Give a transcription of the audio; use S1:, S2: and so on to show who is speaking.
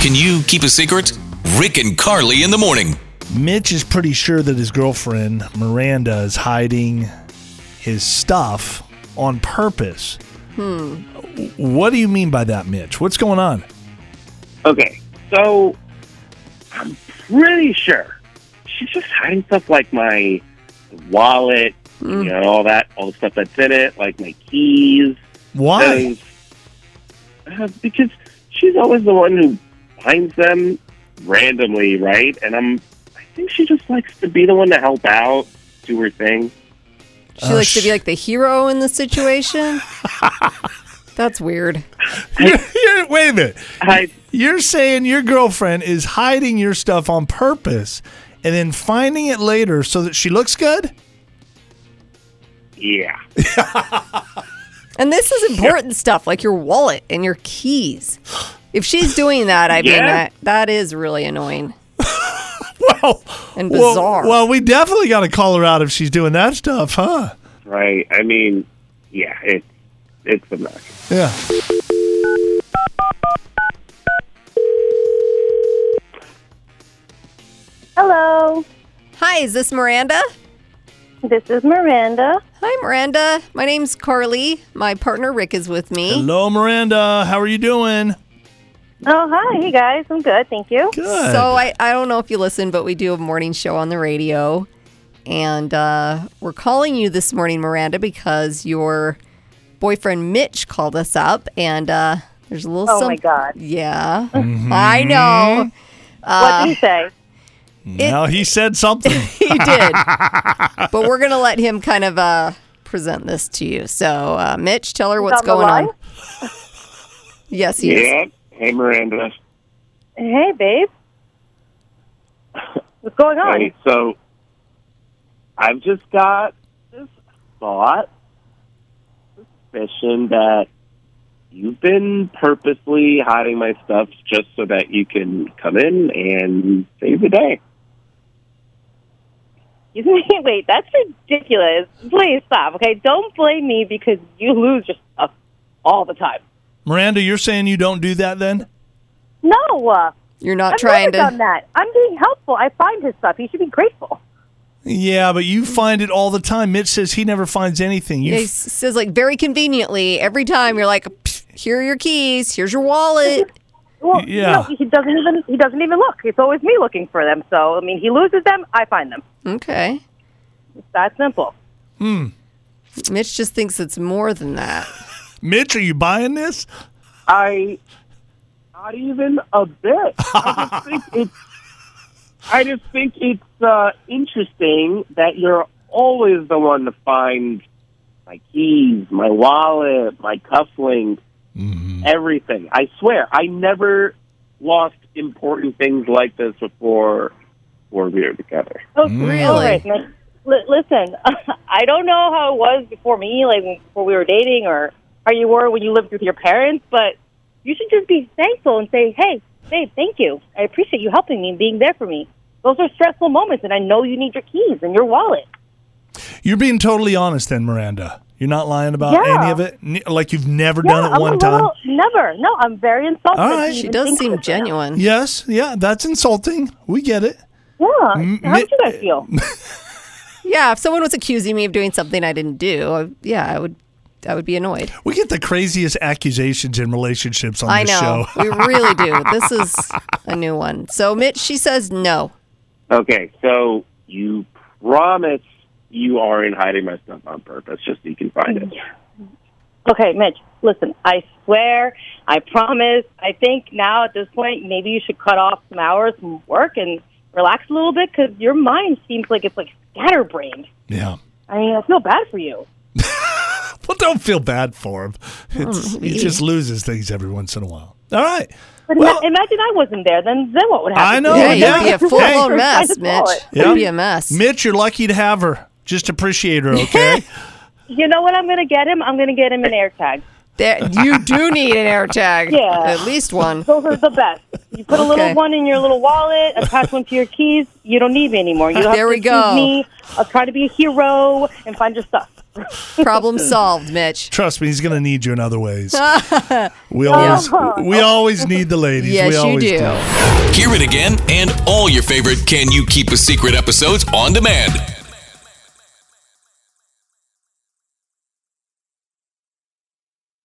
S1: Can you keep a secret? Rick and Carly in the morning.
S2: Mitch is pretty sure that his girlfriend, Miranda, is hiding his stuff on purpose. Hmm. What do you mean by that, Mitch? What's going on?
S3: Okay, so I'm pretty sure she's just hiding stuff like my wallet, you know, all that, all the stuff that's in it, like my keys.
S2: Why?
S3: things. Uh, because she's always the one who finds them randomly, right? And I'm, I think she just likes to be the one to help out, do her thing.
S4: She
S2: Oh,
S4: likes to
S2: sh-
S4: be like the hero in the situation. That's weird.
S2: You're- you're- wait a minute.
S3: I
S2: You're saying your girlfriend is hiding your stuff on purpose and then finding it later so that she looks good?
S3: yeah,
S4: And this is important stuff like your wallet and your keys. If she's doing that, I mean,
S3: Yeah.
S4: that, that is really annoying.
S2: Well,
S4: And
S2: well-
S4: bizarre.
S2: Well, we definitely got to call her out if she's doing that stuff, huh?
S3: right. I mean, yeah, it's it's a mess.
S2: Yeah.
S5: Hello,
S4: Hi, is this Miranda?
S5: this is Miranda.
S4: Hi, Miranda. My name's Carly. My partner Rick is with me.
S2: Hello, Miranda. How are you doing?
S5: Oh, hi, hey guys, I'm good, thank you.
S2: Good.
S4: So I, I don't know if you listen, but we do a morning show on the radio. And uh, we're calling you this morning, Miranda, because your boyfriend Mitch called us up. And uh, there's a little
S5: Oh
S4: some-
S5: my God.
S4: Yeah. I know. uh,
S5: what do you say?
S2: now he said something.
S4: He did. but we're going to let him kind of uh, present this to you. So, uh, Mitch, tell her what's
S5: on the
S4: going
S5: line?
S4: on. Yes, he is.
S3: Yeah. Hey, Miranda.
S5: Hey, babe, what's going on?
S3: Hey, so I've just got this thought, suspicion that you've been purposely hiding my stuff just so that you can come in and save the day.
S5: You say- Wait, that's ridiculous. Please stop. Okay, don't blame me because you lose your stuff all the time.
S2: Miranda, you're saying you don't do that then?
S5: No, uh,
S4: You're not
S5: I've
S4: trying
S5: never
S4: to.
S5: done that. I'm being helpful. I find his stuff. You should be grateful.
S2: Yeah, but you find it all the time. Mitch says he never finds anything. You
S4: Yeah, he s- says, like, very conveniently, every time you're like, "Psh, here are your keys, here's your wallet.
S5: Well,
S2: Yeah.
S5: no, he doesn't even he doesn't even look. It's always me looking for them. So I mean, he loses them, I find them.
S4: Okay.
S5: It's that simple.
S4: Mitch just thinks it's more than that.
S2: Mitch, are you buying this?
S3: I, not even a bit. I just think it's, I just think it's uh, interesting that you're always the one to find my keys, my wallet, my cufflinks, everything. I swear, I never lost important things like this before. Before we were together.
S5: Oh,
S4: Really?
S5: all right, now, li- listen, I don't know how it was before me, like before we were dating, or how you were when you lived with your parents, but you should just be thankful and say, "Hey, babe, thank you. I appreciate you helping me and being there for me." Those are stressful moments, and I know you need your keys and your wallet.
S2: You're being totally honest then, Miranda. You're not lying about
S5: Yeah.
S2: any of it. N- Like you've never done it
S5: I'm
S2: one
S5: a
S2: time.
S5: little, never. No, I'm very insulted.
S2: All right.
S5: to
S4: She
S5: even
S4: does
S5: think
S4: seem
S5: about that.
S4: genuine.
S2: Yes, yeah, that's insulting. We get it.
S5: Yeah. How
S2: mi-
S5: did you guys feel?
S4: Yeah, if someone was accusing me of doing something I didn't do, I, yeah, I would I would be annoyed.
S2: We get the craziest accusations in relationships on
S4: I
S2: this
S4: know.
S2: show.
S4: we really do. This is a new one. So Mitch, she says no.
S3: Okay, so you promise you aren't hiding my stuff on purpose, just so you can find it.
S5: Okay, Mitch, listen, I swear, I promise. I think now at this point, maybe you should cut off some hours from work and relax a little bit because your mind seems like it's like scatterbrained.
S2: Yeah.
S5: I mean, I feel bad for you.
S2: Well, don't feel bad for him.
S5: Oh,
S2: It's, he
S4: maybe.
S2: just loses things every once in a while. All right.
S5: But ima-
S2: Well,
S5: imagine I wasn't there, then then what would happen?
S2: I know, Oh,
S4: yeah,
S2: yeah.
S4: you'd be a full
S2: Hey.
S4: blown
S5: I
S4: mess,
S5: just
S4: Mitch.
S5: saw it.
S2: Yeah.
S4: You'd be a mess.
S2: Mitch, you're lucky to have her. Just appreciate her, okay?
S5: You know what I'm going to get him? I'm going to get him an air tag.
S4: There- you do need an air tag.
S5: Yeah.
S4: At least one.
S5: Those are the best. You put a
S4: Okay.
S5: little one in your little wallet, attach one to your keys. You don't need me anymore. You don't
S4: There
S5: have
S4: we
S5: to
S4: go.
S5: accuse me of trying to be a hero and find your stuff.
S4: Problem solved, Mitch.
S2: Trust me, he's going to need you in other ways. we always we always need the ladies.
S4: Yes,
S2: we
S4: you
S2: always
S4: do.
S1: Hear it again and all your favorite Can You Keep a Secret episodes on demand